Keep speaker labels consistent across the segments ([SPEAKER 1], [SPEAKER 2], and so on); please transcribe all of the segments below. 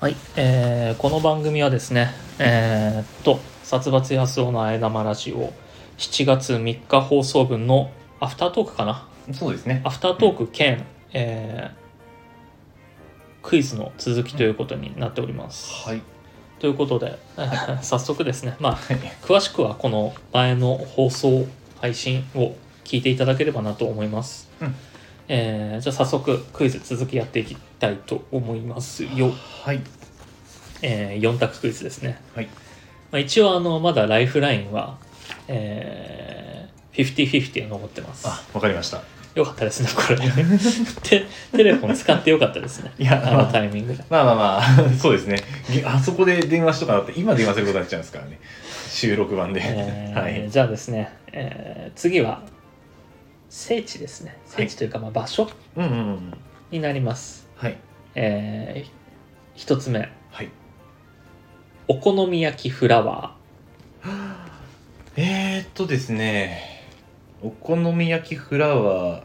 [SPEAKER 1] はい、えーこの番組はですね、えーっと、殺伐安男のあえ玉ラジオ、7月3日放送分のアフタートークかな
[SPEAKER 2] そうですね
[SPEAKER 1] アフタートーク兼、えークイズの続きということになっております。
[SPEAKER 2] はい
[SPEAKER 1] ということで、早速ですね、まあ、
[SPEAKER 2] はい
[SPEAKER 1] 詳しくはこの前の放送配信を聞いていただければなと思います、
[SPEAKER 2] うん
[SPEAKER 1] えーじゃあ早速クイズ続きやっていきたいと思いますよ、
[SPEAKER 2] はい
[SPEAKER 1] え4択クイズですね、
[SPEAKER 2] はい
[SPEAKER 1] まあ、一応あのまだライフラインはえー、50-50を残ってます
[SPEAKER 2] あわかりました
[SPEAKER 1] よかったですねこれ テテレフォン使ってよかったですね
[SPEAKER 2] いや
[SPEAKER 1] あのタイミングで
[SPEAKER 2] まあまあまあ そうですねぎあそこで電話しとかなって今電話することになっちゃうんですからね収録版で、
[SPEAKER 1] えー
[SPEAKER 2] はい
[SPEAKER 1] じゃあですね、えー次は聖地ですね聖地というかまあ場所
[SPEAKER 2] うんうんうん
[SPEAKER 1] になります、
[SPEAKER 2] はい
[SPEAKER 1] えー、1つ目
[SPEAKER 2] はい
[SPEAKER 1] お好み焼きフラワ
[SPEAKER 2] えー、っとですねお好み焼きフラワー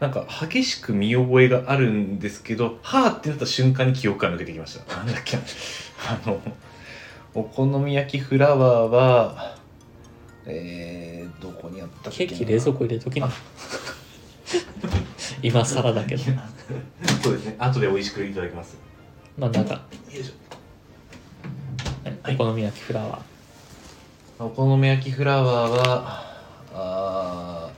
[SPEAKER 2] なんか激しく見覚えがあるんですけどはあってなった瞬間に記憶が抜けてきましたなんだっけなあのお好み焼きフラワーはえー、どこにあった
[SPEAKER 1] ー
[SPEAKER 2] っ
[SPEAKER 1] ケ
[SPEAKER 2] けな
[SPEAKER 1] ーキ冷蔵庫入れときな 今更だけど
[SPEAKER 2] いやそうですね後で美味しくいただきます
[SPEAKER 1] まあなんか
[SPEAKER 2] よいしょ
[SPEAKER 1] お好み焼きフラワー
[SPEAKER 2] お好み焼きフラワーはあ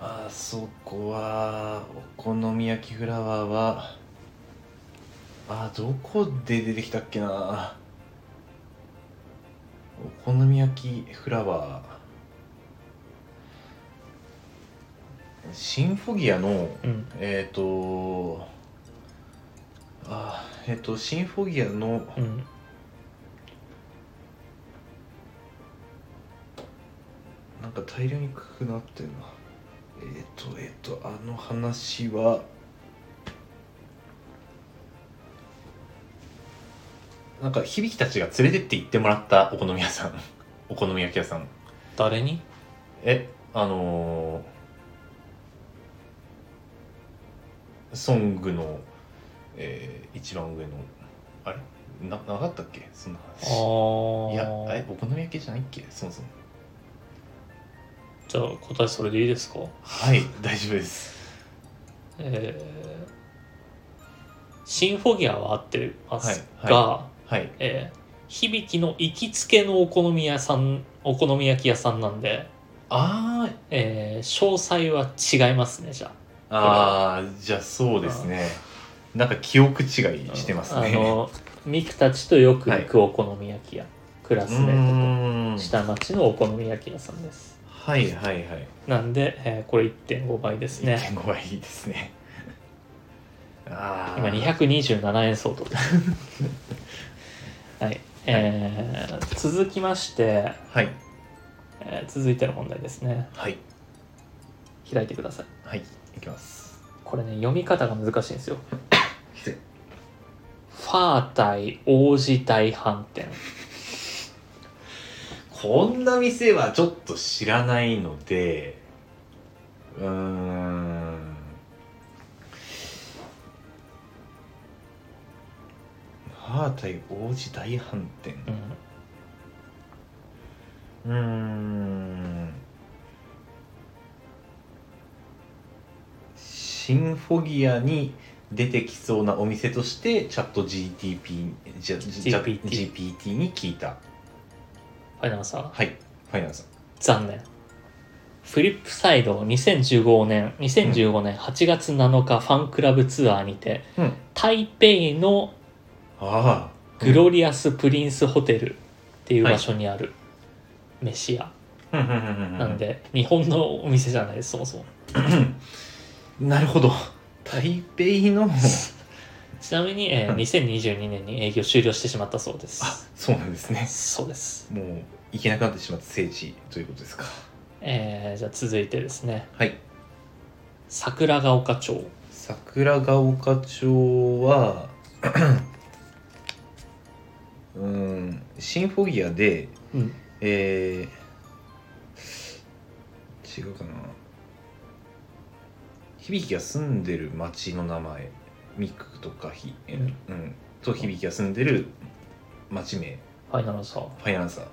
[SPEAKER 2] ーあーそこはお好み焼きフラワーはあーどこで出てきたっけなお好み焼きフラワーシンフォギアの
[SPEAKER 1] うん
[SPEAKER 2] えっ、とあーえっ、とシンフォギアの
[SPEAKER 1] うん
[SPEAKER 2] なんか大量にくなってるなえっ、とえっ、とあの話はなんか響たちが連れてって行ってもらったお好み屋さんお好み焼き屋さん
[SPEAKER 1] 誰に
[SPEAKER 2] えあのーソングの、えー一番上のあれななかったっけそんな
[SPEAKER 1] あ
[SPEAKER 2] 話
[SPEAKER 1] あ
[SPEAKER 2] いやえお好み焼きじゃないっけそもそも
[SPEAKER 1] じゃあ答えそれでいいですか
[SPEAKER 2] はい 大丈夫です
[SPEAKER 1] えーシンフォギアは合ってます
[SPEAKER 2] はい
[SPEAKER 1] が、
[SPEAKER 2] はい
[SPEAKER 1] えー響きの行きつけのお好み屋さんお好み焼き屋さんなんで、
[SPEAKER 2] あー
[SPEAKER 1] えー詳細は違いますねじゃあ
[SPEAKER 2] あーじゃあそうですねなんか記憶違いしてますね
[SPEAKER 1] あのミクたちとよく行くお好み焼き屋、クラ
[SPEAKER 2] う
[SPEAKER 1] スメート
[SPEAKER 2] ーん
[SPEAKER 1] と下町のお好み焼き屋さんです
[SPEAKER 2] はいはいはい
[SPEAKER 1] なんで、えーこれ1.5倍ですね
[SPEAKER 2] 1.5倍いいですねああ
[SPEAKER 1] 今227円相当ですはい、えー続きまして、
[SPEAKER 2] はい
[SPEAKER 1] えー続いての問題ですね
[SPEAKER 2] はい
[SPEAKER 1] 開いてください
[SPEAKER 2] はいいきます
[SPEAKER 1] これね読み方が難しいんですよ
[SPEAKER 2] 失礼
[SPEAKER 1] ファー対王子大反転
[SPEAKER 2] こんな店はちょっと知らないのでうーんハー対王子大反転
[SPEAKER 1] うん
[SPEAKER 2] うーんシンフォギアに出てきそうなお店としてチャット GTP じゃじゃ
[SPEAKER 1] GPT
[SPEAKER 2] GPT に聞いた
[SPEAKER 1] ファイナルさん
[SPEAKER 2] はいファイナルさん
[SPEAKER 1] 残念フリップサイド2015年2015年8月7日ファンクラブツアーにて、
[SPEAKER 2] うん
[SPEAKER 1] 台北の
[SPEAKER 2] ああ
[SPEAKER 1] グロリアスプリンスホテルっていう場所にある飯屋な
[SPEAKER 2] なん
[SPEAKER 1] で、日本のお店じゃないですそもそも
[SPEAKER 2] なるほど台北の
[SPEAKER 1] ちなみに、えー
[SPEAKER 2] うん
[SPEAKER 1] 2022年に営業終了してしまったそうです
[SPEAKER 2] そうなんですね
[SPEAKER 1] そうです、
[SPEAKER 2] もう行けなくなってしまった聖地ということですか
[SPEAKER 1] えーじゃあ続いてですね
[SPEAKER 2] はい
[SPEAKER 1] 桜ヶ丘町
[SPEAKER 2] 桜ヶ丘町は うんシンフォギアで、
[SPEAKER 1] うん
[SPEAKER 2] えー違うかな響が住んでる町の名前ミクとかひ、え
[SPEAKER 1] うん
[SPEAKER 2] うん、と響が住んでる町名
[SPEAKER 1] ファイナルさん
[SPEAKER 2] ファイナンサー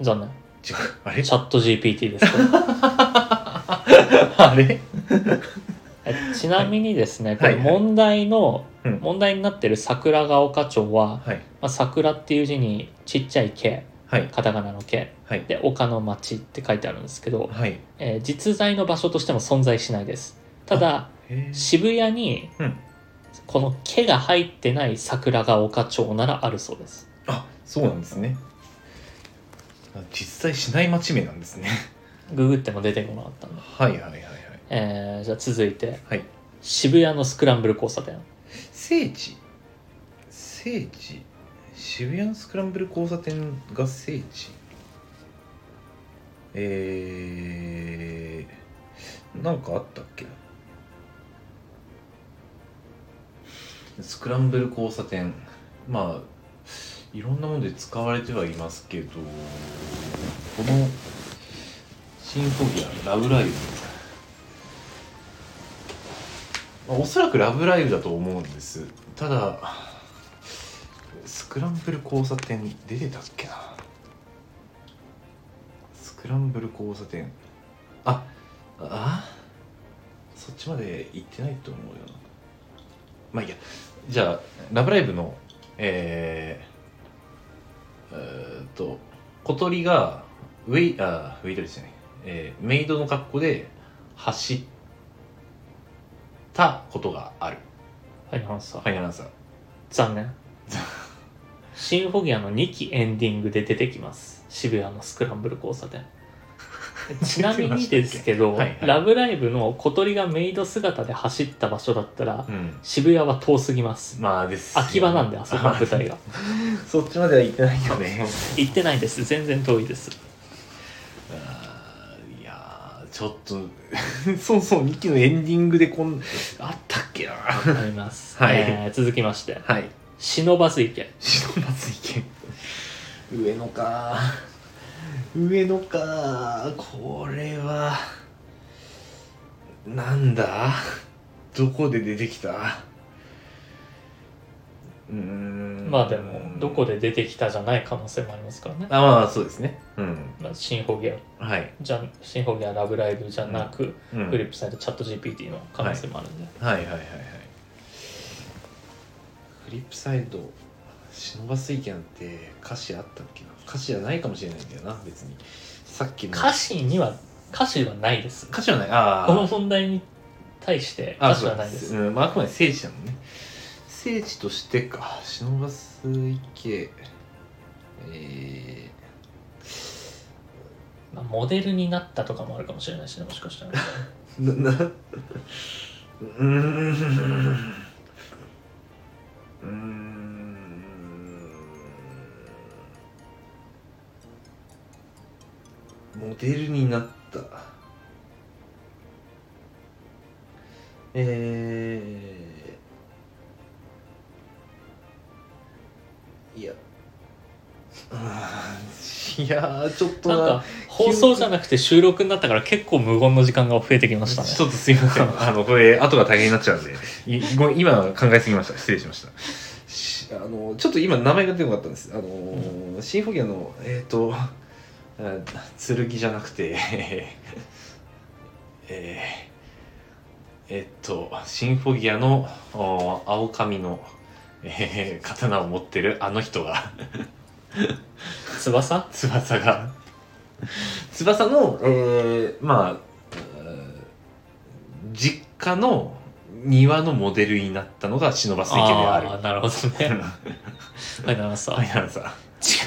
[SPEAKER 1] 残念
[SPEAKER 2] 違うあれ
[SPEAKER 1] チャット GPT ですけ ど
[SPEAKER 2] あれ
[SPEAKER 1] えちなみにですね、これ
[SPEAKER 2] はいはい
[SPEAKER 1] 問題の、
[SPEAKER 2] うん
[SPEAKER 1] 問題になってる桜ヶ丘町は、ま
[SPEAKER 2] はい
[SPEAKER 1] あ、桜っていう字にちっちゃい「け
[SPEAKER 2] はい」
[SPEAKER 1] カタカナの「け
[SPEAKER 2] はい」
[SPEAKER 1] で「丘の町」って書いてあるんですけど、
[SPEAKER 2] はい
[SPEAKER 1] えー実在の場所としても存在しないですただ
[SPEAKER 2] へー
[SPEAKER 1] 渋谷に、
[SPEAKER 2] うん
[SPEAKER 1] この「け」が入ってない桜ヶ丘町ならあるそうです
[SPEAKER 2] あそうなんですねあ実際しない町名なんですね
[SPEAKER 1] ググっても出てこなかったんで、
[SPEAKER 2] はいはいはいはい
[SPEAKER 1] えーじゃあ続いて
[SPEAKER 2] はい
[SPEAKER 1] 渋谷のスクランブル交差点
[SPEAKER 2] 聖地聖地渋谷のスクランブル交差点が聖地えー、なんかあったっけスクランブル交差点まあいろんなもので使われてはいますけどこのシンフォギアラブライブまあおそらく「ラブライブ!」だと思うんですただスクランブル交差点出てたっけなスクランブル交差点ああそっちまで行ってないと思うよなまあいいやじゃあ「ラブライブの」えー、えーっと小鳥がウェイあウェイトレスじゃない、えーメイドの格好で走ってたことがある。
[SPEAKER 1] はいハンさん、
[SPEAKER 2] ファイナルアンサー。
[SPEAKER 1] 残 念シンフォギアの2期エンディングで出てきます渋谷のスクランブル交差 点ちなみにですけど「
[SPEAKER 2] はいはい
[SPEAKER 1] ラブライブ!」の小鳥がメイド姿で走った場所だったら、
[SPEAKER 2] うん。
[SPEAKER 1] 渋谷は遠すぎます
[SPEAKER 2] まあですよ。
[SPEAKER 1] 秋葉なんであそこの舞 台が
[SPEAKER 2] そっちまでは行ってないよ ね。
[SPEAKER 1] 行ってないです全然遠いです
[SPEAKER 2] あーいやー、ちょっと、 そもそも2期のエンディングでこん、あったっけな。は
[SPEAKER 1] あります、
[SPEAKER 2] はい
[SPEAKER 1] えー続きまして
[SPEAKER 2] い。
[SPEAKER 1] 忍ばず池
[SPEAKER 2] 白松池。上野か。上野か。これは、なんだどこで出てきたうーん
[SPEAKER 1] まあでもどこで出てきたじゃない可能性もありますからね、
[SPEAKER 2] あまあそうですねうん
[SPEAKER 1] まあ、シンフォギア
[SPEAKER 2] はい、
[SPEAKER 1] じゃシンフォギアラブライブじゃなく、
[SPEAKER 2] うん、
[SPEAKER 1] フリップサイドチャット GPT の可能性もあるんで、
[SPEAKER 2] はいはいはいはいフリップサイド忍ばす意見って歌詞あったっけな歌詞じゃないかもしれないんだよな別にさっきの
[SPEAKER 1] 歌詞には歌詞はないです
[SPEAKER 2] 歌詞はないああ
[SPEAKER 1] この問題に対して
[SPEAKER 2] あ
[SPEAKER 1] 歌詞はないです
[SPEAKER 2] そううんまあ、あくまで聖地だもんね聖地としてか忍ばす池え
[SPEAKER 1] まあ、モデルになったとかもあるかもしれないしねもしかしたら
[SPEAKER 2] ー、ななうーんうーんモデルになったえー、いやうーんいやーちょっと
[SPEAKER 1] なんか放送じゃなくて収録になったから結構無言の時間が増えてきましたね
[SPEAKER 2] ちょっとすいませ ん。あの、これ、後が大変になっちゃうんで、いごめん今考えすぎました。失礼しました。しあの、ちょっと今名前が出てこなかったんです。あのー、シンフォギアの、えっ、と、あ剣じゃなくて、 えーえーえっと、シンフォギアのお青髪の、えー刀を持ってるあの人が、
[SPEAKER 1] 翼
[SPEAKER 2] 翼が 翼の、えーまあえー実家の庭のモデルになったのが忍ばす池である
[SPEAKER 1] あーなるほどね はいなさん
[SPEAKER 2] はいなんさ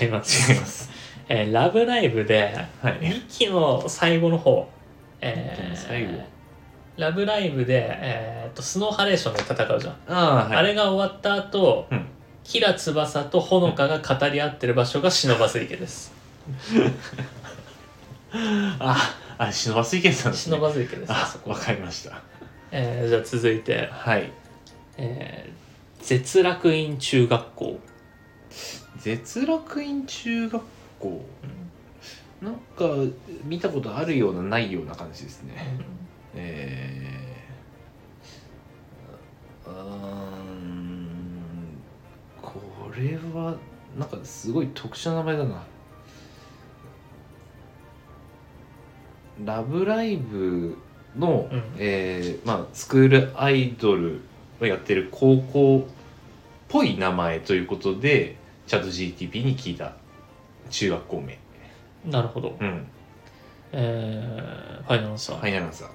[SPEAKER 1] 違います
[SPEAKER 2] 違います
[SPEAKER 1] えーラブライブで
[SPEAKER 2] はい
[SPEAKER 1] 2期の最後の方、えー
[SPEAKER 2] 最後
[SPEAKER 1] ラブライブで、えー、とスノーハレーションで戦うじゃん、
[SPEAKER 2] あーはい
[SPEAKER 1] あれが終わった後、
[SPEAKER 2] うん
[SPEAKER 1] キラ翼とほのかが語り合ってる場所が忍ばす池です
[SPEAKER 2] ああれ忍ばす池さんです、ね、
[SPEAKER 1] 忍ばす池ですあそ
[SPEAKER 2] あ
[SPEAKER 1] こ
[SPEAKER 2] わかりました
[SPEAKER 1] えーじゃあ続いて、
[SPEAKER 2] はい
[SPEAKER 1] えー絶楽院中学校、
[SPEAKER 2] 絶楽院中学校
[SPEAKER 1] うん
[SPEAKER 2] うなんか見たことあるようなないような感じですねえー、あうーんこれはなんかすごい特殊な名前だな「ラブライブの」
[SPEAKER 1] うん
[SPEAKER 2] えーまあ、スクールアイドルをやってる高校っぽい名前ということでチャット GTP に聞いた中学校名、
[SPEAKER 1] なるほど。
[SPEAKER 2] うん、
[SPEAKER 1] えー、ファイナルアンサー。
[SPEAKER 2] ファイナルアンサー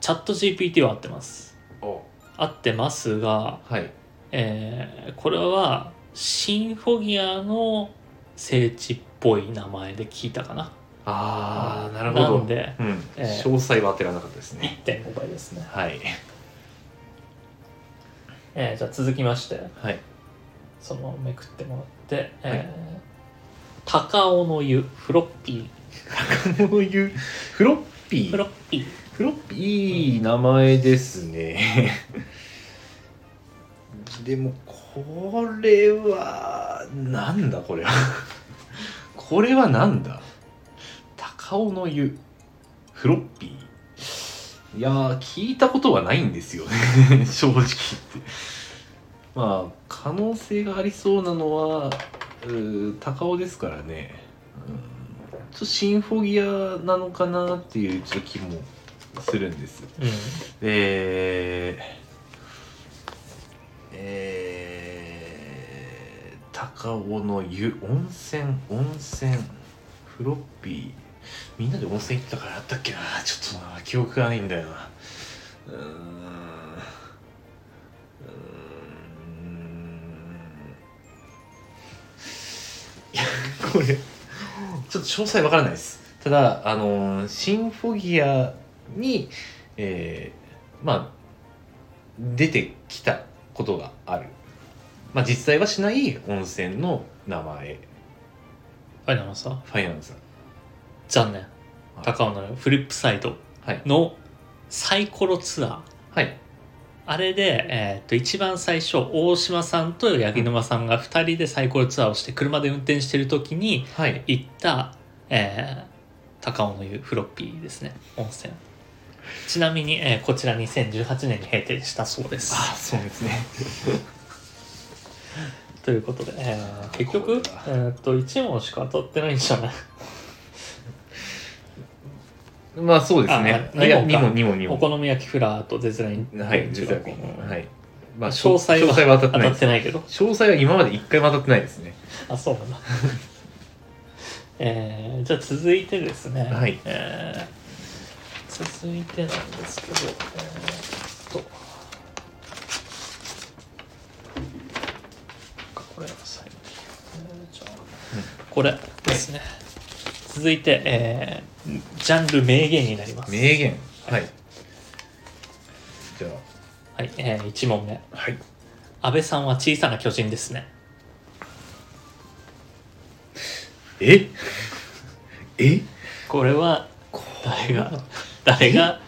[SPEAKER 1] チャット GPT は合ってます。
[SPEAKER 2] お
[SPEAKER 1] 合ってますが、
[SPEAKER 2] はい
[SPEAKER 1] えーこれはシンフォギアの聖地っぽい名前で聞いたかな。
[SPEAKER 2] ああなるほ
[SPEAKER 1] な
[SPEAKER 2] ど
[SPEAKER 1] んで、
[SPEAKER 2] うん
[SPEAKER 1] えー
[SPEAKER 2] 詳細は当てらなかったですね
[SPEAKER 1] 1.5倍ですね。
[SPEAKER 2] はい
[SPEAKER 1] えーじゃあ続きまして、
[SPEAKER 2] はい
[SPEAKER 1] そのままめくってもらって、えー高尾の湯、フロッピ
[SPEAKER 2] こういうフロッ
[SPEAKER 1] ー。
[SPEAKER 2] ピー
[SPEAKER 1] フ
[SPEAKER 2] フ
[SPEAKER 1] ロ
[SPEAKER 2] ロ
[SPEAKER 1] ッピー。
[SPEAKER 2] ッピーいい名前ですねでもこれはなんだこれはこれはなんだ高尾の湯フロッピーいやー聞いたことはないんですよね 正直言ってまあ可能性がありそうなのはうー高尾ですからね、うん、ちょっとシンフォギアなのかなっていうちょっと気もするんです
[SPEAKER 1] うん。
[SPEAKER 2] えーえー高尾の湯温泉温泉フロッピーみんなで温泉行ったからあったっけなちょっとな記憶がないんだよなうーんうーんいや これちょっと詳細わからないですただあのーシンフォギアにえーまあ出てきたことがある、まあ、実際はしない温泉の名前
[SPEAKER 1] ファイナルアンサー。
[SPEAKER 2] ファイナルさん
[SPEAKER 1] 残念。高尾の湯、フリップサイド
[SPEAKER 2] はい
[SPEAKER 1] のサイコロツアー。
[SPEAKER 2] はい
[SPEAKER 1] あれで、えー、と一番最初大島さんと八木沼さんが2人でサイコロツアーをして車で運転してる時に
[SPEAKER 2] はい
[SPEAKER 1] 行った、えー高尾の湯フロッピーですね温泉ちなみに、えーこちら2018年に閉店したそうです
[SPEAKER 2] あそうですね
[SPEAKER 1] ということで、えー結局
[SPEAKER 2] これは、
[SPEAKER 1] えー、と1問しか当たってないんじゃない
[SPEAKER 2] まあそうですね
[SPEAKER 1] あ
[SPEAKER 2] いや
[SPEAKER 1] 二問か
[SPEAKER 2] 2問2問
[SPEAKER 1] お
[SPEAKER 2] 2
[SPEAKER 1] 好み焼きフラーとデズライン
[SPEAKER 2] 問はい
[SPEAKER 1] 中
[SPEAKER 2] 実
[SPEAKER 1] 学
[SPEAKER 2] は
[SPEAKER 1] 校
[SPEAKER 2] はいまあ
[SPEAKER 1] 詳細は
[SPEAKER 2] 詳細は当
[SPEAKER 1] 当
[SPEAKER 2] たってな
[SPEAKER 1] た
[SPEAKER 2] い
[SPEAKER 1] ってないけど
[SPEAKER 2] 詳細は今まで一回も当たってないですね
[SPEAKER 1] あそうなんだえーじゃあ続いてですね、
[SPEAKER 2] はい
[SPEAKER 1] えー続いてなんですけどえーっとこれは最後にえーじゃあこれですね続いて、えージャンル名言になります
[SPEAKER 2] 名言はいじゃ
[SPEAKER 1] はい、え1問目
[SPEAKER 2] あはい
[SPEAKER 1] 安倍さんは小さな巨人ですね
[SPEAKER 2] ええ
[SPEAKER 1] これは
[SPEAKER 2] こ
[SPEAKER 1] 誰が誰が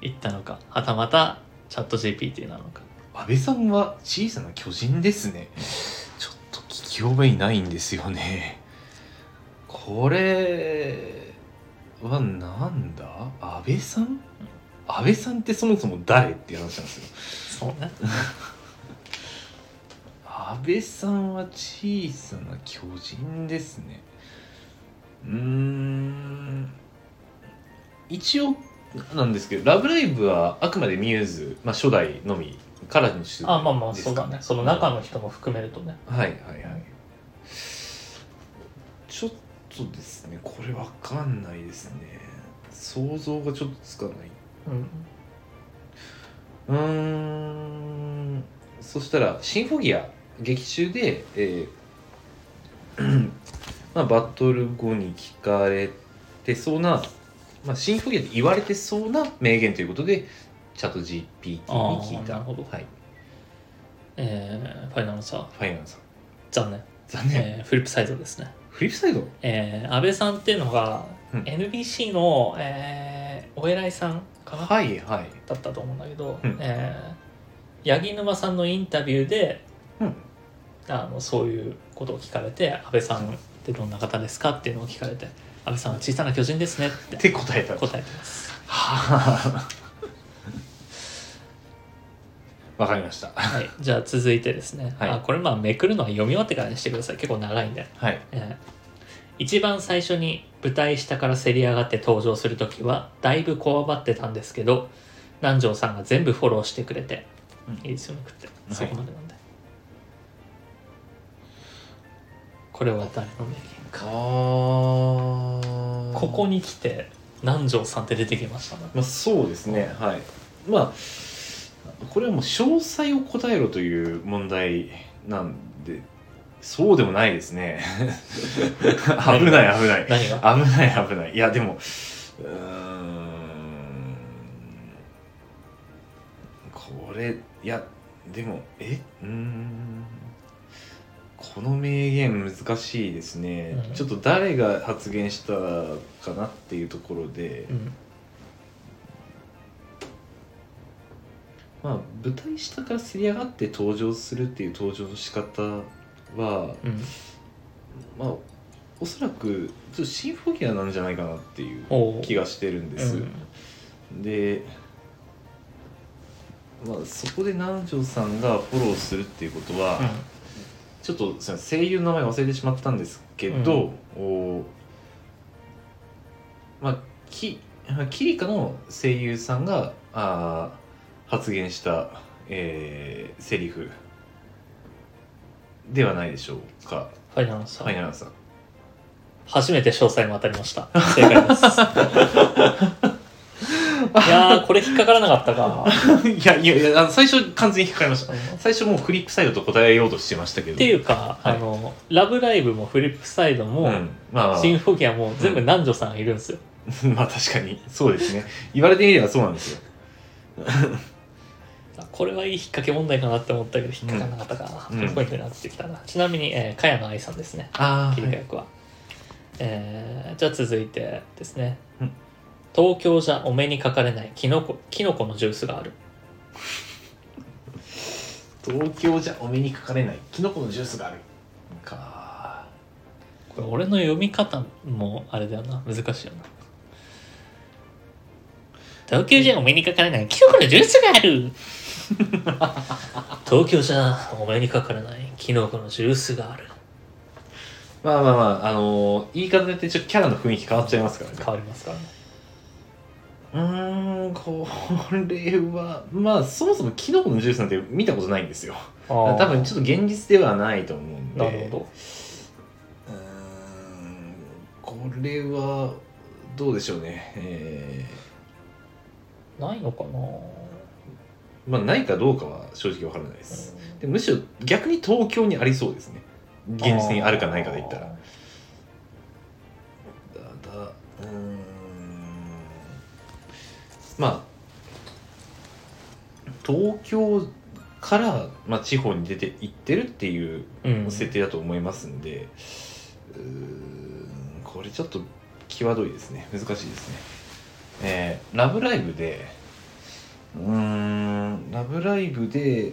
[SPEAKER 1] 言ったのかはたまたチャット GPT なのか
[SPEAKER 2] 安倍さんは小さな巨人ですねちょっと聞き覚えないんですよねこれはなんだ安倍さん安倍さんってそもそも誰っていう話なんですよ
[SPEAKER 1] そうね
[SPEAKER 2] 安倍さんは小さな巨人ですねうーん一応なんですけど「ラブライブ!」はあくまでミューズ、まあ、初代のみからにして
[SPEAKER 1] あまあまあそうだねその中の人も含めるとね
[SPEAKER 2] はいはいはいちょっとですねこれわかんないですね想像がちょっとつかない
[SPEAKER 1] う
[SPEAKER 2] う
[SPEAKER 1] ん
[SPEAKER 2] ーんそしたらシンフォギア劇中で、えー まあ、バトル後に聞かれてそうな、まあ、シンフォギアで言われてそうな名言ということでチャット GPT に聞い
[SPEAKER 1] あーな
[SPEAKER 2] た
[SPEAKER 1] るほど
[SPEAKER 2] はい、
[SPEAKER 1] えーファイナルさ
[SPEAKER 2] ファイナンさん
[SPEAKER 1] 残念、
[SPEAKER 2] 残念、
[SPEAKER 1] えーフリップサイドですね
[SPEAKER 2] フリップサイド
[SPEAKER 1] えー安倍さんっていうのが
[SPEAKER 2] うん
[SPEAKER 1] NBC の、えーお偉いさんかな
[SPEAKER 2] はいはい
[SPEAKER 1] だったと思うんだけど、
[SPEAKER 2] うん
[SPEAKER 1] えー八木沼さんのインタビューで
[SPEAKER 2] うん
[SPEAKER 1] あのそういうことを聞かれて安倍さんでどんな方ですかっていうのを聞かれて安倍さんは小さな巨人ですねっ
[SPEAKER 2] ってて答えたんです
[SPEAKER 1] 答えてます
[SPEAKER 2] はあ わかりました
[SPEAKER 1] はい、じゃあ続いてですね、
[SPEAKER 2] はい
[SPEAKER 1] あこれまあめくるのは読み終わってからにしてください結構長いんで、
[SPEAKER 2] はい
[SPEAKER 1] えー一番最初に舞台下からせり上がって登場する時はだいぶこわばってたんですけど南條さんが全部フォローしてくれて、
[SPEAKER 2] うん
[SPEAKER 1] いいですよねくって、
[SPEAKER 2] い
[SPEAKER 1] そこまでなんでこれは誰の名言
[SPEAKER 2] かこ
[SPEAKER 1] ここに来て南條さんって出てきましたね
[SPEAKER 2] まあ、そうですね、はいまあこれはもう詳細を答えろという問題なんでそうでもないです ね危ない危ない
[SPEAKER 1] 何が
[SPEAKER 2] 危ない危ないいやでもうーんこれいやでもえうーんこの名言難しいですね、
[SPEAKER 1] うん
[SPEAKER 2] ちょっと誰が発言したかなっていうところで、
[SPEAKER 1] うん
[SPEAKER 2] まあ、舞台下からせり上がって登場するっていう登場の仕方は、
[SPEAKER 1] うん
[SPEAKER 2] まあ、おそらくちょっとシンフォギアなんじゃないかなっていう
[SPEAKER 1] おう
[SPEAKER 2] 気がしてるんです。
[SPEAKER 1] うん
[SPEAKER 2] で、まあ、そこで南條さんがフォローするっていうことは、
[SPEAKER 1] うん
[SPEAKER 2] ちょっとすいません声優の名前忘れてしまったんですけど、おまあきキリカの声優さんがあー発言した、えー、セリフではないでしょうか
[SPEAKER 1] ファイナルアンサー
[SPEAKER 2] ファイナルアンサー
[SPEAKER 1] 初めて詳細も当たりました。正解 です。いやー、これ引っかからなかった か。
[SPEAKER 2] いやいやいやあの最初完全に引っかかりました最初もうフリップサイドと答えようとしてましたけど
[SPEAKER 1] っていうか、
[SPEAKER 2] はい
[SPEAKER 1] あの、ラブライブもフリップサイドも、
[SPEAKER 2] うん、まあ
[SPEAKER 1] シンフォギアも全部南條さんがいるんですよ。
[SPEAKER 2] まあ確かにそうですね言われてみればそうなんですよ
[SPEAKER 1] あこれはいい引っ掛け問題かなって思ったけど、引っかからなかったか。
[SPEAKER 2] うん
[SPEAKER 1] ピンポイントになってきたな。ちなみに、えー、茅野愛さんですね。
[SPEAKER 2] あ
[SPEAKER 1] 切
[SPEAKER 2] あ、
[SPEAKER 1] り替え役は。えーじゃあ続いてですね。
[SPEAKER 2] うん
[SPEAKER 1] 東京じゃお目にかかれないキノコ、キノコのジュースがある。
[SPEAKER 2] 東京じゃお目にかかれないキノコのジュースがあるか
[SPEAKER 1] これ俺の読み方もあれだよな難しいよな東京じゃお目にかからないキノコのジュースがあ る東京じゃお目にかからないキノコのジュースがある
[SPEAKER 2] まあまあまああのー言い方でよってちょっとキャラの雰囲気変わっちゃいますからね
[SPEAKER 1] 変わりますからね
[SPEAKER 2] うーんこれはまあそもそもキノコのジュースなんて見たことないんですよ多分ち
[SPEAKER 1] ょ
[SPEAKER 2] ょっと現実ではないと思うんで
[SPEAKER 1] なるほど
[SPEAKER 2] うーんこれはどうでしょうねえ
[SPEAKER 1] ないのかな
[SPEAKER 2] ーまあないかどうかは正直わからないです、でむしろ逆に東京にありそうですね現実にあるかないかで言ったらただうーんまあ東京から、まあ、地方に出て行ってるっていう
[SPEAKER 1] うん
[SPEAKER 2] 設定だと思いますんで、うーんこれちょっと際どいですね難しいですねえーラブライブでうーんラブライブで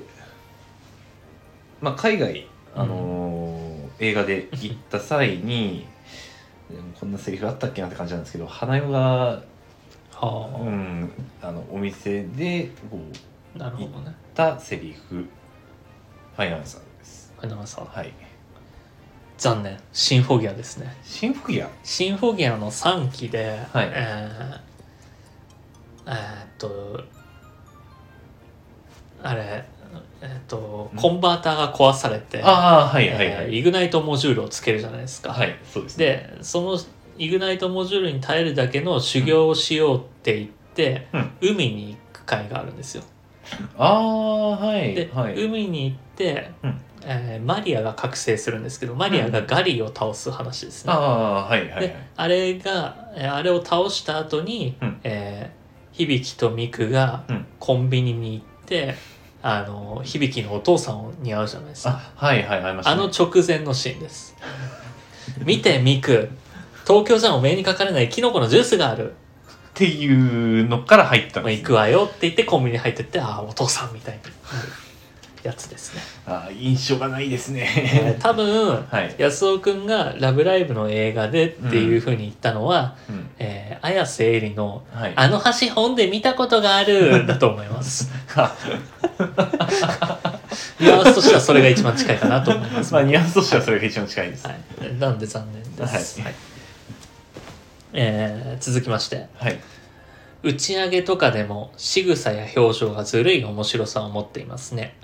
[SPEAKER 2] まあ海外あのー映画で行った際に でもこんなセリフあったっけなって感じなんですけど花代が、う
[SPEAKER 1] は
[SPEAKER 2] ん、あのお店でこう言っ
[SPEAKER 1] あなるほどね
[SPEAKER 2] たセリフファイナンサーです
[SPEAKER 1] あのさ
[SPEAKER 2] はい
[SPEAKER 1] 残念シンフォギアですね
[SPEAKER 2] 新福屋
[SPEAKER 1] シンフォギアの3期で、
[SPEAKER 2] はい
[SPEAKER 1] えーえーっとあれえーっと
[SPEAKER 2] うん
[SPEAKER 1] コンバーターが壊されて、
[SPEAKER 2] ああはい
[SPEAKER 1] えー
[SPEAKER 2] はいはい、
[SPEAKER 1] イグナイトモジュールをつけるじゃないですか、
[SPEAKER 2] はいそうですね
[SPEAKER 1] でそのイグナイトモジュールに耐えるだけの修行をしようって言って、
[SPEAKER 2] うん
[SPEAKER 1] 海に行く会があるんですよ
[SPEAKER 2] ああはい
[SPEAKER 1] で、
[SPEAKER 2] はい
[SPEAKER 1] 海に行って、
[SPEAKER 2] うん
[SPEAKER 1] えーマリアが覚醒するんですけどマリアがガリを倒す話ですね、
[SPEAKER 2] ああはいはいは
[SPEAKER 1] で
[SPEAKER 2] い
[SPEAKER 1] あれがえーあれを倒した後に、
[SPEAKER 2] うん
[SPEAKER 1] えー響と美久が
[SPEAKER 2] うん
[SPEAKER 1] コンビニに行って、あの響のお父さんを似合うじゃないですか
[SPEAKER 2] あはいはいありまし
[SPEAKER 1] あ
[SPEAKER 2] た、
[SPEAKER 1] の
[SPEAKER 2] ね、
[SPEAKER 1] 直前のシーンです見て美久東京じゃお目にかかれないキノコのジュースがある
[SPEAKER 2] っていうのから入ったん
[SPEAKER 1] まあ
[SPEAKER 2] です
[SPEAKER 1] 行くわよって言ってコンビニに入ってってああお父さんみたいになるやつですね。
[SPEAKER 2] あー印象がないです
[SPEAKER 1] え
[SPEAKER 2] ね
[SPEAKER 1] ー多分、
[SPEAKER 2] はい、
[SPEAKER 1] 安尾くんが「ラブライブ!」の映画でっていうふうに言ったのは、
[SPEAKER 2] うん
[SPEAKER 1] えー綾瀬えりの
[SPEAKER 2] は
[SPEAKER 1] 「
[SPEAKER 2] い、
[SPEAKER 1] あの橋本で見たことがある」だと思います。ニュアンスとしてはそれが一番近いかなと思います。
[SPEAKER 2] まあニュアンスとしてはそれが一番近いです。
[SPEAKER 1] は
[SPEAKER 2] はい
[SPEAKER 1] い、なんで残念です、
[SPEAKER 2] は
[SPEAKER 1] は
[SPEAKER 2] い
[SPEAKER 1] いえー続きまして
[SPEAKER 2] はい
[SPEAKER 1] 打ち上げとかでも仕草や表情がずるい面白さを持っていますね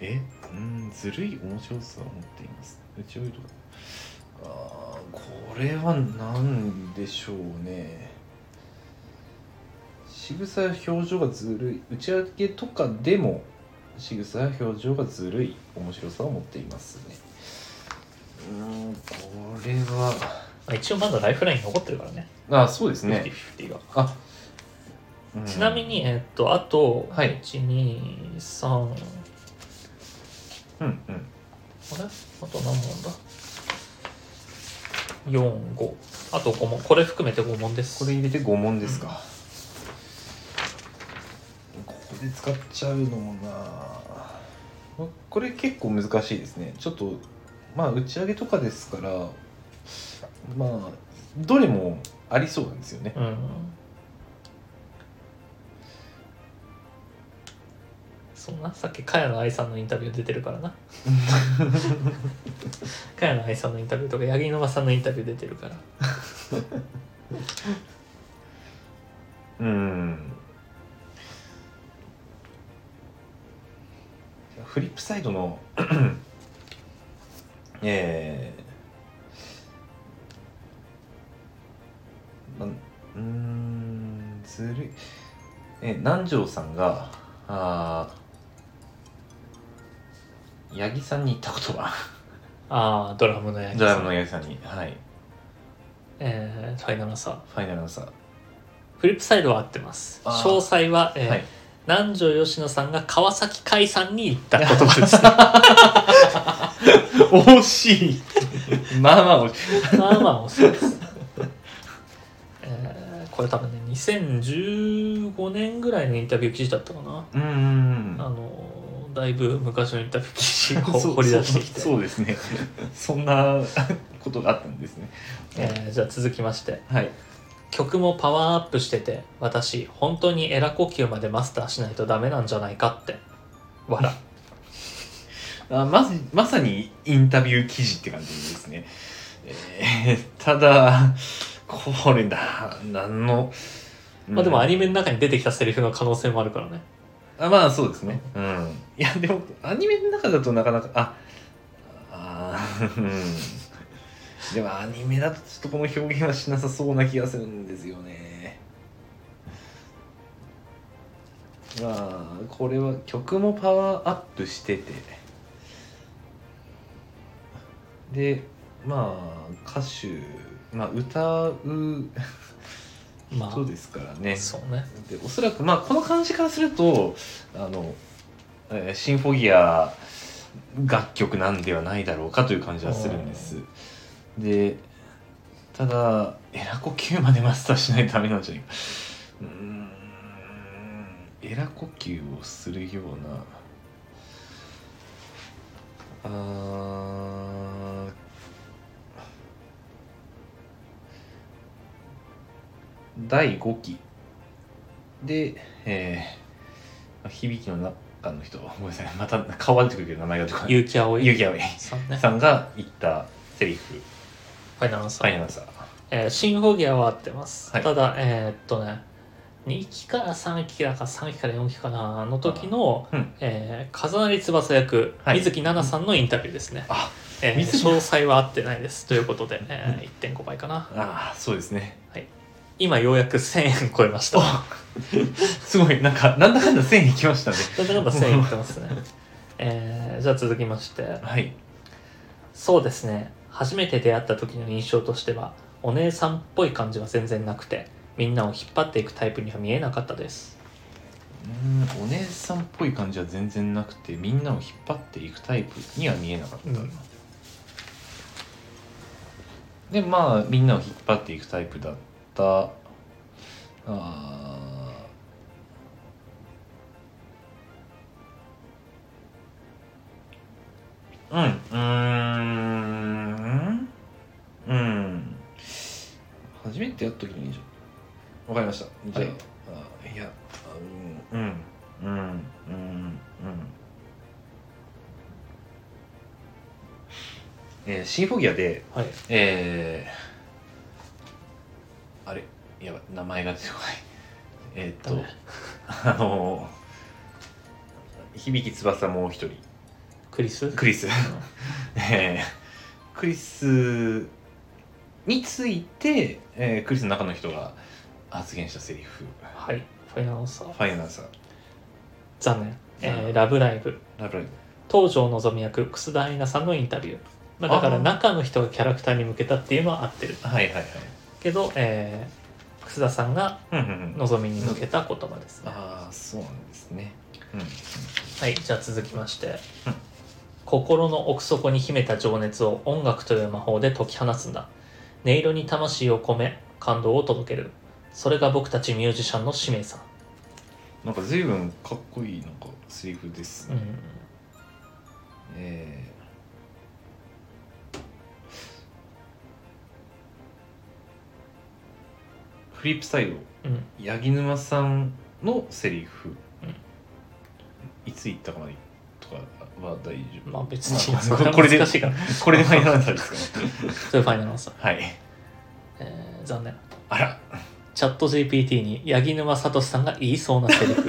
[SPEAKER 2] えうんずるい面白さを持っていますうちおいとかあーこれは何でしょうね仕草や表情がずるい打ち上げとかでも仕草や表情がずるい面白さを持っていますねうんこれは
[SPEAKER 1] まあ一応まだライフライン残ってるからね
[SPEAKER 2] あそうですね
[SPEAKER 1] 50-50が
[SPEAKER 2] あ、うん
[SPEAKER 1] ちなみに、えっとあと、
[SPEAKER 2] はい
[SPEAKER 1] 123あれ
[SPEAKER 2] うんうん
[SPEAKER 1] あと何問だ45あと5問これ含めて5問です
[SPEAKER 2] これ入れて5問ですか、ここで使っちゃうのもなこれ結構難しいですねちょっとまあ打ち上げとかですからまあどれもありそうなんですよね
[SPEAKER 1] うんそうなさっき茅野愛さんのインタビュー出てるから な茅野愛さんのインタビューとか八木沼さんのインタビュー出てるから
[SPEAKER 2] うんフリップサイドの えーま、うーんずるいえ南條さんがあー八木さんに言ったことは
[SPEAKER 1] ああドラムの八木
[SPEAKER 2] ドラ
[SPEAKER 1] さ
[SPEAKER 2] ム
[SPEAKER 1] ん、
[SPEAKER 2] の八木さんにはい
[SPEAKER 1] えーファイナルアンサー
[SPEAKER 2] ファイナルアンサー
[SPEAKER 1] フリップサイドは合ってます
[SPEAKER 2] あー
[SPEAKER 1] 詳細は、えー
[SPEAKER 2] はい
[SPEAKER 1] 南條吉野さんが川崎海さんに言った言葉 です
[SPEAKER 2] 惜しい まあまあ惜しい
[SPEAKER 1] まあまあ遅いです、えーこれ多分ね2015年ぐらいのインタビュー記事だったかな
[SPEAKER 2] うんうんうん
[SPEAKER 1] あのだいぶ昔のインタビュー記事を
[SPEAKER 2] そう
[SPEAKER 1] 掘り出してきて、
[SPEAKER 2] そうそうですね そんなことがあったんですね
[SPEAKER 1] えーじゃあ続きまして
[SPEAKER 2] はい
[SPEAKER 1] 曲もパワーアップしてて私本当にエラ呼吸までマスターしないとダメなんじゃないかって笑
[SPEAKER 2] あまずまさにインタビュー記事って感じですね、えーただこれだ何の、
[SPEAKER 1] まあでもアニ
[SPEAKER 2] メ
[SPEAKER 1] メの中に出てきたセリフの可能性もあるからね
[SPEAKER 2] あまあそうですねうんいやでもアニメの中だとなかなかああーうんでもアニメだとちょっとこの表現はしなさそうな気がするんですよねまあこれは曲もパワーアップしててでまあ歌手まあ歌う
[SPEAKER 1] ま
[SPEAKER 2] 人
[SPEAKER 1] あ
[SPEAKER 2] ですからね
[SPEAKER 1] そうね
[SPEAKER 2] でおそらくまあこの感じからするとあの、えーシンフォギア楽曲なんではないだろうかという感じはするんですでただエラ呼吸までマスターしないとダメなんじゃないかうーんエラ呼吸をするようなあー第5期で、えー、響きの中の人、ごめんなさい、また顔は出てくるけど、名前が出てこない。
[SPEAKER 1] 結城葵
[SPEAKER 2] ゆきあおい
[SPEAKER 1] さんね
[SPEAKER 2] さんが言ったセリフ、
[SPEAKER 1] ファイナルアンサ
[SPEAKER 2] ファイ
[SPEAKER 1] ー
[SPEAKER 2] ナルアンサー。
[SPEAKER 1] えーシンフォギアは合ってます、
[SPEAKER 2] はい
[SPEAKER 1] ただえーっとね2期から3期だか3期から4期かなあの時の、
[SPEAKER 2] うん
[SPEAKER 1] えー風成翼役、
[SPEAKER 2] はい
[SPEAKER 1] 水木奈々さんのインタビューですね、
[SPEAKER 2] あ、
[SPEAKER 1] えー
[SPEAKER 2] 水木
[SPEAKER 1] 詳細は合ってないですということで、えー1.5倍かな
[SPEAKER 2] あーそうですね。
[SPEAKER 1] 今ようやく1000円超えました
[SPEAKER 2] すごい、なんか、なんだかんだ線いきましたね。
[SPEAKER 1] なんだかんだ1000円いってますね、 えーじゃあ続きまして
[SPEAKER 2] はい。
[SPEAKER 1] そうですね初めて出会った時の印象としてはお姉さんっぽい感じは全然なくてみんなを引っ張っていくタイプには見えなかったです
[SPEAKER 2] うん、お姉さんっぽい感じは全然なくて、みんなを引っ張っていくタイプには見えなかった。
[SPEAKER 1] うん
[SPEAKER 2] で、まあ、みんなを引っ張っていくタイプだった。あーうんうーんうん初めてやった時にじゃわかりました
[SPEAKER 1] は
[SPEAKER 2] じゃあ,、
[SPEAKER 1] い
[SPEAKER 2] あいやあうんうんうんうんうんえー、シンフォギアで
[SPEAKER 1] はい
[SPEAKER 2] えー、あれやばい名前が出てこないえーっ
[SPEAKER 1] ダ
[SPEAKER 2] と
[SPEAKER 1] メ
[SPEAKER 2] あのー響翼もう一人
[SPEAKER 1] クリス
[SPEAKER 2] クリスえークリスについて、えークリスの中の人が発言したセリフ
[SPEAKER 1] はいファイナルアンサー
[SPEAKER 2] ファイナンサー
[SPEAKER 1] 残念、えーラブライブ
[SPEAKER 2] ラブライ
[SPEAKER 1] 東条望役楠田愛菜さんのインタビュー、まあ、だから
[SPEAKER 2] あー
[SPEAKER 1] 中の人がキャラクターに向けたっていうのは合ってる
[SPEAKER 2] ブはいはいはい
[SPEAKER 1] けど、えー、楠田さんが
[SPEAKER 2] うんうんうん
[SPEAKER 1] 望みに向けた言葉ですね、
[SPEAKER 2] ああそうなんですねうん
[SPEAKER 1] はいじゃあ続きまして、
[SPEAKER 2] うん
[SPEAKER 1] 心の奥底に秘めた情熱を音楽という魔法で解き放つんだ音色に魂を込め感動を届けるそれが僕たちミュージシャンの使命さ
[SPEAKER 2] なんか随分かっこいいなんかセリフですね
[SPEAKER 1] うん
[SPEAKER 2] えーフリップサイド
[SPEAKER 1] うん
[SPEAKER 2] 八木沼さんのセリフ、
[SPEAKER 1] うん
[SPEAKER 2] いつ言ったかまでとかは大丈夫
[SPEAKER 1] まあ別に
[SPEAKER 2] まあ
[SPEAKER 1] それは
[SPEAKER 2] これで
[SPEAKER 1] 難しいから
[SPEAKER 2] これでファイナルアンサーですか
[SPEAKER 1] それファイナルアンサー、
[SPEAKER 2] はい
[SPEAKER 1] えー、残念
[SPEAKER 2] あら
[SPEAKER 1] チャット GPT に八木沼聡さんが言いそうなセリ フ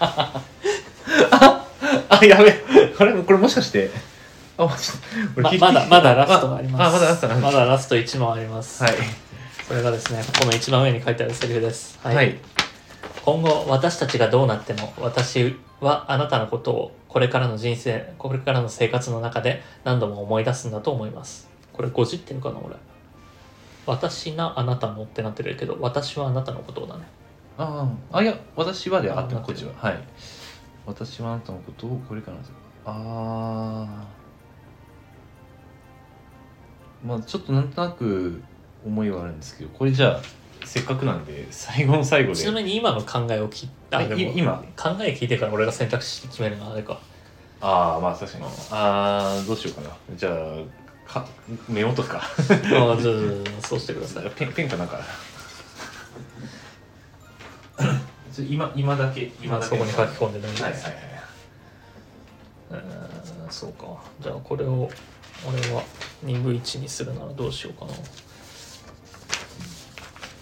[SPEAKER 2] あやべあれこれもしかしてあマジで俺
[SPEAKER 1] ま
[SPEAKER 2] 聞いて
[SPEAKER 1] まだまだラストがあります
[SPEAKER 2] ああまだラストなん
[SPEAKER 1] ま
[SPEAKER 2] です
[SPEAKER 1] だラスト1問あります、
[SPEAKER 2] はい
[SPEAKER 1] それがですねここの一番上に書いてあるセリフです
[SPEAKER 2] はい、はい、
[SPEAKER 1] 今後私たちがどうなっても私はあなたのことをこれからの人生これからの生活の中で何度も思い出すんだと思いますこれ5じってるかな俺私なあなたのってなってるけど私はあなたのことをだね
[SPEAKER 2] あああいや私はであって
[SPEAKER 1] あ
[SPEAKER 2] ますこっちははい私はあなたのことをこれからの世界ああまあちょっとなんとなく思いはあるんですけどこれじゃあせっかくなんで最後の最後で
[SPEAKER 1] ちなみに今の考えを聞い
[SPEAKER 2] あい今
[SPEAKER 1] 考え聞いてから俺が選択肢決めるのはあれ か
[SPEAKER 2] ああまあ確かに
[SPEAKER 1] うん
[SPEAKER 2] ああどうしようかなじゃあかメモとか
[SPEAKER 1] あじゃあじゃあじゃあそうしてください
[SPEAKER 2] ペンペンかなんか ちょ今今だけ今
[SPEAKER 1] 今
[SPEAKER 2] だけ
[SPEAKER 1] そこに書き込んでるんで、
[SPEAKER 2] はいはいはい
[SPEAKER 1] えーそうかじゃあこれを俺は2分1にするならどうしようかな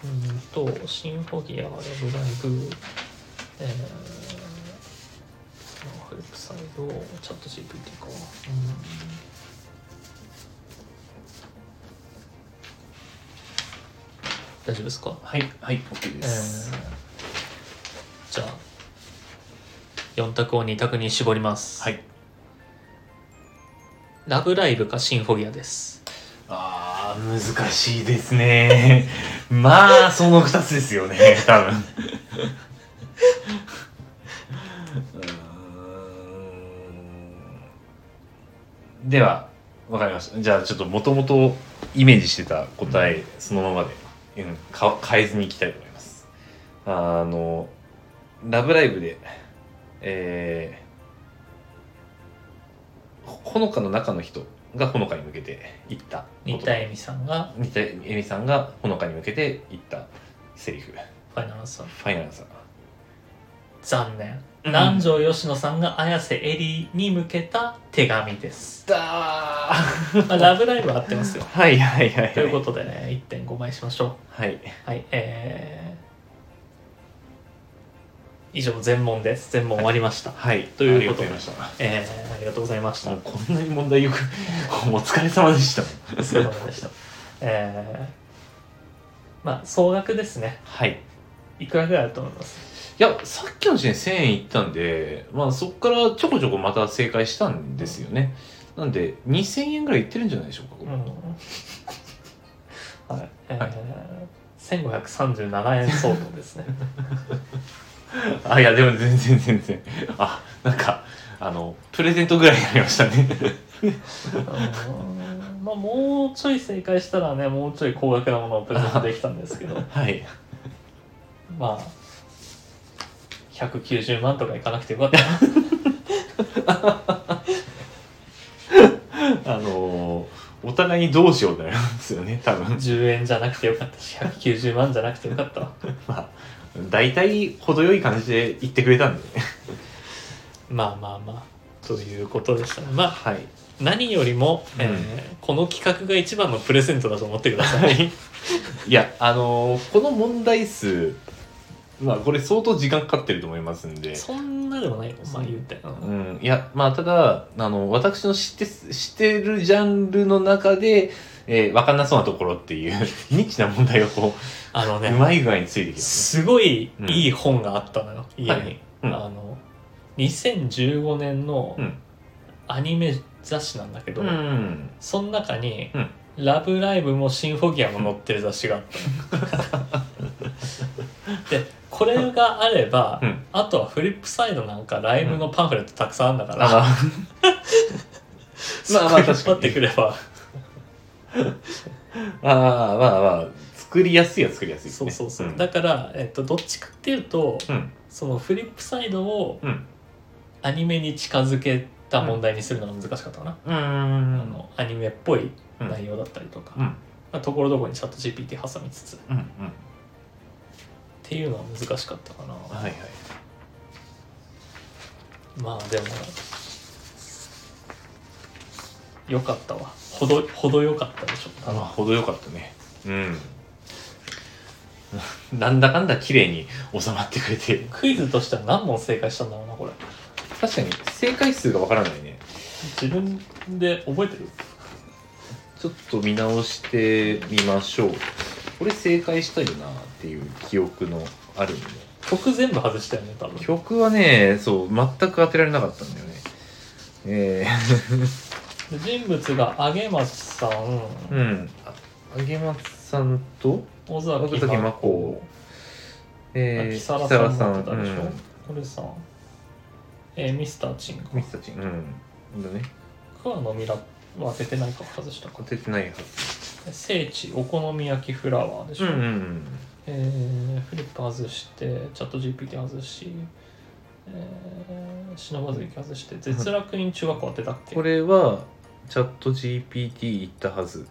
[SPEAKER 1] うーんとシンフォギアラブライブえー、フリップサイドチャット GPT かうん大丈夫ですか
[SPEAKER 2] はいはい、OK です、
[SPEAKER 1] じゃあ4択を2択に絞ります、
[SPEAKER 2] はい
[SPEAKER 1] ラブライブかシンフォギアです
[SPEAKER 2] あー難しいですね まあその2つですよ ね多分うーんではわかりましたじゃあちょっともともとイメージしてた答えそのままで、うん、か変えずにいきたいと思いますあの「ラブライブで」えーほほのかの中の人がほのかに向けて言った言
[SPEAKER 1] 新
[SPEAKER 2] 葉
[SPEAKER 1] 田恵美さんが
[SPEAKER 2] 新田恵美さんがほのかに向けて言ったセリフフ
[SPEAKER 1] ファイナルアンサー
[SPEAKER 2] ァイナルさん
[SPEAKER 1] 残念
[SPEAKER 2] うん
[SPEAKER 1] 南條佳乃さんが綾瀬えりに向けた手紙 です、
[SPEAKER 2] だー
[SPEAKER 1] まあ、ラブライブは合ってますよ
[SPEAKER 2] はいはいはい、はい、
[SPEAKER 1] ということでね1.5倍しましょ
[SPEAKER 2] はい、
[SPEAKER 1] うはいえー、以上全問です全問終わりました、
[SPEAKER 2] はい、
[SPEAKER 1] ということ
[SPEAKER 2] あ
[SPEAKER 1] で
[SPEAKER 2] りがとうございまし
[SPEAKER 1] えー、ありがとうございました
[SPEAKER 2] たもうこんなに問題よくお疲れ様でした
[SPEAKER 1] お疲れ様でした。えー、まあ総額ですね。
[SPEAKER 2] はいい
[SPEAKER 1] いくらぐらいあると思います。
[SPEAKER 2] やさっきの時点で1000円いったんでまあそこからちょこちょこまた正解したんですよね、なんで2000円ぐらいいってるんじゃないでしょうか、こ
[SPEAKER 1] うん
[SPEAKER 2] れ。
[SPEAKER 1] はい。えー、1537円相当ですね。
[SPEAKER 2] あいやでも全然全然あなんかあのプレゼントぐらいになりました ね
[SPEAKER 1] あのまあもうちょい正解したらね、もうちょい高額なものをプレゼントできたんですけど、
[SPEAKER 2] はい
[SPEAKER 1] まあ190万とかいかなくてよかった。
[SPEAKER 2] あのお互いにどうしようになりますよね多分
[SPEAKER 1] 10円じゃなくてよかったし190万じゃなくてよかったわ
[SPEAKER 2] まあ大体程よい感じで言ってくれたんでね
[SPEAKER 1] まあまあまあということでしたまあ
[SPEAKER 2] はい
[SPEAKER 1] 何よりも、えー
[SPEAKER 2] うん
[SPEAKER 1] この企画が一番のプレゼントだと思ってください
[SPEAKER 2] いやあのこの問題数まあこれ相当時間かかってると思いますんで
[SPEAKER 1] そんなでもないよまあ言うて、
[SPEAKER 2] うん、いやまあただあの私の知って知ってるジャンルの中で、えー、分かんなそうなところっていう ニッチな問題をこ
[SPEAKER 1] あの
[SPEAKER 2] う,、
[SPEAKER 1] ね
[SPEAKER 2] うまい具合についてきます
[SPEAKER 1] すごいいい本があったのよ、家に、
[SPEAKER 2] はいうん
[SPEAKER 1] あの2015年の
[SPEAKER 2] うん
[SPEAKER 1] アニメ雑誌なんだけど、
[SPEAKER 2] うん
[SPEAKER 1] その中に
[SPEAKER 2] うん
[SPEAKER 1] 「ラブライブ!」も「シンフォギア」も載ってる雑誌があっ たのでこれがあれば、
[SPEAKER 2] うん
[SPEAKER 1] あとはフリップサイドなんかライブのパンフレットたくさんあるんだから、
[SPEAKER 2] あ
[SPEAKER 1] そこ
[SPEAKER 2] まあまあ
[SPEAKER 1] 引っ張
[SPEAKER 2] 確かに
[SPEAKER 1] ってくれば
[SPEAKER 2] あまあまあ作りやすいは作りやすいです
[SPEAKER 1] そう
[SPEAKER 2] ね
[SPEAKER 1] そうそう、
[SPEAKER 2] うん
[SPEAKER 1] だから、えっと、どっちかっていうと
[SPEAKER 2] うん
[SPEAKER 1] そのフリップサイドを
[SPEAKER 2] うん
[SPEAKER 1] アニメに近づけた問題にするのが難しかったかな、
[SPEAKER 2] うん
[SPEAKER 1] あのアニメっぽい
[SPEAKER 2] うん
[SPEAKER 1] 内容だったりとか、
[SPEAKER 2] うん
[SPEAKER 1] まあ、ところどころにチャット GPT 挟みつつっ
[SPEAKER 2] うんうん
[SPEAKER 1] ていうのは難しかったかな、
[SPEAKER 2] はいはい
[SPEAKER 1] まあでもよかったわほどほどよかったでしょ
[SPEAKER 2] あまあ程よかったねうん なんだかんだ綺麗に収まってくれて
[SPEAKER 1] クイズとしては何問正解したんだろうなこれ
[SPEAKER 2] 確かに正解数がわからないね
[SPEAKER 1] 自分で覚えてる
[SPEAKER 2] ちょっと見直してみましょう。これ正解したよなっていう記憶のあるんで。
[SPEAKER 1] 曲全部外したよね多分
[SPEAKER 2] 曲はね、そう、全く当てられなかったんだよね。え
[SPEAKER 1] で人物が上松さん
[SPEAKER 2] ー、 うん。ああげまつさんと、
[SPEAKER 1] 尾
[SPEAKER 2] 若
[SPEAKER 1] 崎
[SPEAKER 2] 崎
[SPEAKER 1] 真
[SPEAKER 2] 真
[SPEAKER 1] 子
[SPEAKER 2] 子、えー、
[SPEAKER 1] 木更
[SPEAKER 2] 木更
[SPEAKER 1] さ
[SPEAKER 2] 津
[SPEAKER 1] ん
[SPEAKER 2] さ
[SPEAKER 1] だ
[SPEAKER 2] ん
[SPEAKER 1] ってたでしょ、
[SPEAKER 2] うん
[SPEAKER 1] これさんえーミスターチンか
[SPEAKER 2] ミスたち、うん。だね。
[SPEAKER 1] 桑野ミラは出てないか外したか
[SPEAKER 2] 当ててないは
[SPEAKER 1] 聖地お好み焼きフラワーでし
[SPEAKER 2] ず。
[SPEAKER 1] ょ、
[SPEAKER 2] うんうんうん。
[SPEAKER 1] えーフリップ外してチャット GPT 外し、えー、忍ばず行き外して絶楽院中学校当てたっけ、
[SPEAKER 2] これは、チャット GPT 言ったはず。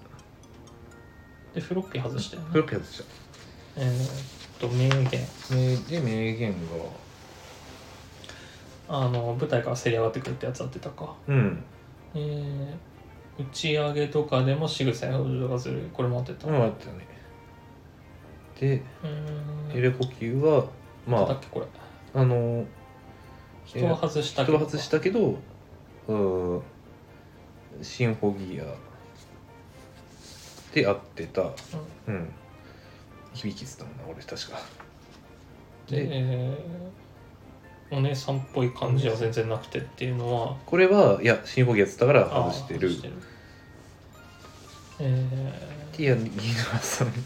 [SPEAKER 1] でフロッピー外して、ね
[SPEAKER 2] フロッピー外し
[SPEAKER 1] えー、と名言
[SPEAKER 2] た。名で、名言が、
[SPEAKER 1] あの舞台からせり上がってくるってやつ当てたか、
[SPEAKER 2] うん。
[SPEAKER 1] えー打ち上げとかでも仕草や表情がずるいこれも当てた、
[SPEAKER 2] うん、あったよね。で、
[SPEAKER 1] うん
[SPEAKER 2] エレ呼吸は、
[SPEAKER 1] 当てたっ
[SPEAKER 2] ま
[SPEAKER 1] けこれ
[SPEAKER 2] あ、あの、
[SPEAKER 1] 人は外したけ
[SPEAKER 2] 人
[SPEAKER 1] ど
[SPEAKER 2] は外したけど、うーシンフォギアで合ってた。うん。響きっつったもんな、俺確か。
[SPEAKER 1] で、えーお姉さんっぽい感じは全然なくてっていうのは
[SPEAKER 2] これは、いや、シンフォギアっつったから外して
[SPEAKER 1] あ
[SPEAKER 2] る
[SPEAKER 1] ー。外え
[SPEAKER 2] ティア・ギーナさん
[SPEAKER 1] ー、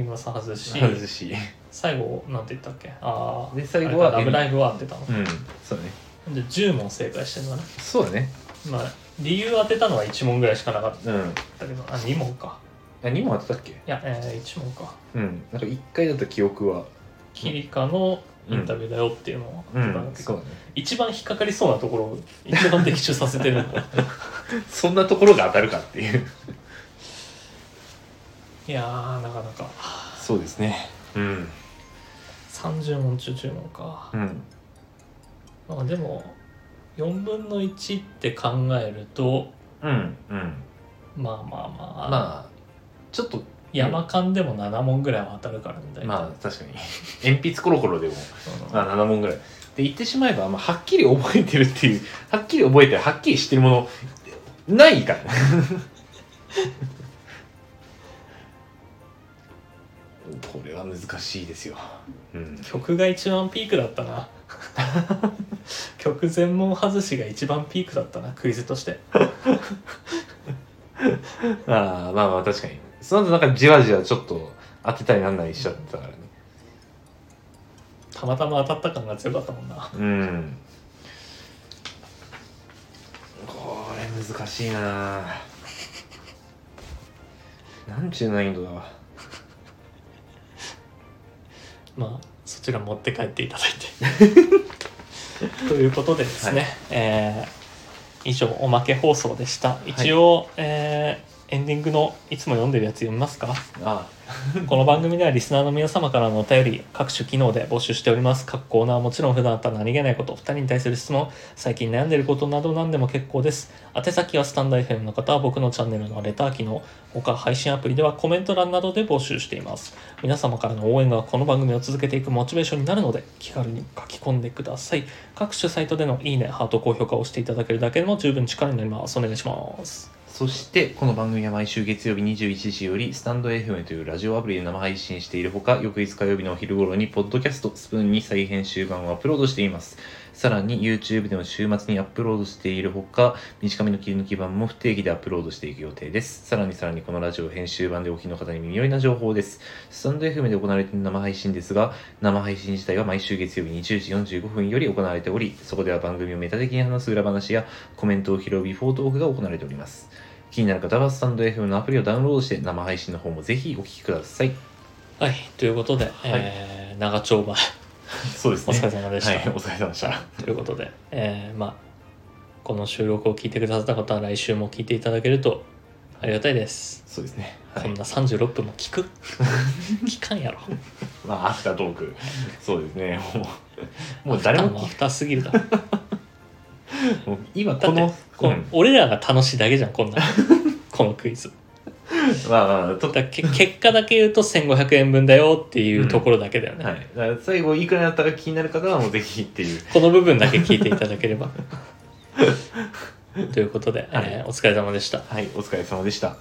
[SPEAKER 1] 今さん外し
[SPEAKER 2] 外し。
[SPEAKER 1] 最後なんて言ったっけああ
[SPEAKER 2] で最後は
[SPEAKER 1] ラブライブは当てたの
[SPEAKER 2] う、ん、そうだね。
[SPEAKER 1] で10問正解してるのか
[SPEAKER 2] そうだね。
[SPEAKER 1] なまあ理由当てたのは1問ぐらいしかなかっ
[SPEAKER 2] うん。
[SPEAKER 1] たけどあ2問か
[SPEAKER 2] あ、2問当てたっけ
[SPEAKER 1] いや、えー、1問か
[SPEAKER 2] うん。なんか1回だった記憶は。
[SPEAKER 1] キリカのインタビューだよっていうのを
[SPEAKER 2] う
[SPEAKER 1] 当てたわ
[SPEAKER 2] ん、
[SPEAKER 1] けか
[SPEAKER 2] そうだね。
[SPEAKER 1] 一番引っかかりそうなところを一番的中させてる
[SPEAKER 2] そんなところが当たるかっていう。
[SPEAKER 1] いやーなかなか
[SPEAKER 2] そうですね。うん。
[SPEAKER 1] 30問中10問か
[SPEAKER 2] うん。
[SPEAKER 1] まあでも4分の1って考えると
[SPEAKER 2] うん。うん。
[SPEAKER 1] まあまあまあ、
[SPEAKER 2] まあ、ちょっと、
[SPEAKER 1] 山間でも7問ぐらいは当たるからみたいな、
[SPEAKER 2] まあ確かに。鉛筆コロコロでも、
[SPEAKER 1] うん
[SPEAKER 2] まあ7問ぐらい。で、言ってしまえば、まあ、はっきり覚えてるっていう、はっきり覚えてる、はっきりしてるもの、ないから。 これは難しいですよ。うん。
[SPEAKER 1] 曲が一番ピークだったな曲全問外しが一番ピークだったなクイズとして
[SPEAKER 2] ああ、まあまあ確かに。その後なんかじわじわちょっと当てたりなんなりしちゃったからね。
[SPEAKER 1] たまたま当たった感が強かったもんな
[SPEAKER 2] うん。これ難しいななんちゅう難易度だわ。
[SPEAKER 1] まあそちら持って帰っていただいてということでですね、えー以上おまけ放送でした一応、えーエンディングのいつも読んでるやつ読みますか
[SPEAKER 2] あ
[SPEAKER 1] この番組ではリスナーの皆様からのお便り各種機能で募集しております各コーナーはもちろん普段あった何気ないこと2人に対する質問最近悩んでることなど何でも結構です宛先はスタンド FM の方は僕のチャンネルのレター機能他配信アプリではコメント欄などで募集しています皆様からの応援がこの番組を続けていくモチベーションになるので気軽に書き込んでください各種サイトでのいいねハート高評価を押していただけるだけでも十分力になりますお願いします
[SPEAKER 2] そしてこの番組は毎週月曜日21時よりスタンド FM というラジオアプリで生配信しているほか翌日火曜日のお昼頃にポッドキャストスプーンに再編集版をアップロードしていますさらに YouTube でも週末にアップロードしているほか短めの切り抜き版も不定期でアップロードしていく予定ですさらにさらにこのラジオ編集版でお聞きの方に耳寄りな情報ですスタンド FM で行われている生配信ですが生配信自体は毎週月曜日20時45分より行われておりそこでは番組をメタ的に話す裏話やコメントを拾うビフォートークが行われております気になる方はスタンド FM のアプリをダウンロードして生配信の方もぜひお聞きください。
[SPEAKER 1] はいということで、えー長丁場
[SPEAKER 2] そうです
[SPEAKER 1] お疲れ様でした、
[SPEAKER 2] はい、お疲れ様でした。
[SPEAKER 1] ということで、えーまあこの収録を聞いてくださった方は来週も聞いていただけるとありがたいです、
[SPEAKER 2] そうですね。は
[SPEAKER 1] こん
[SPEAKER 2] い、
[SPEAKER 1] な36分も聞く 聞かんやろ
[SPEAKER 2] まあ、アフタートーク。そうですね。もう、もう誰
[SPEAKER 1] あ
[SPEAKER 2] も
[SPEAKER 1] もうア
[SPEAKER 2] 聞
[SPEAKER 1] フターす ぎるだろ
[SPEAKER 2] く、もう今
[SPEAKER 1] だ
[SPEAKER 2] こ
[SPEAKER 1] って
[SPEAKER 2] の、
[SPEAKER 1] こう
[SPEAKER 2] うん
[SPEAKER 1] 俺らが楽しいだけじゃんこん なのこのクイズ
[SPEAKER 2] まあまあ、と、は
[SPEAKER 1] だけ結果だけ言うと1500円分だよっていうところだけだよね、
[SPEAKER 2] い。だから最後、いくらだったか気になる方はもうぜひっていう。
[SPEAKER 1] この部分だけ聞いていただけ ればということで、
[SPEAKER 2] はい
[SPEAKER 1] えーお疲れ様でした
[SPEAKER 2] はい、お疲れ様でした。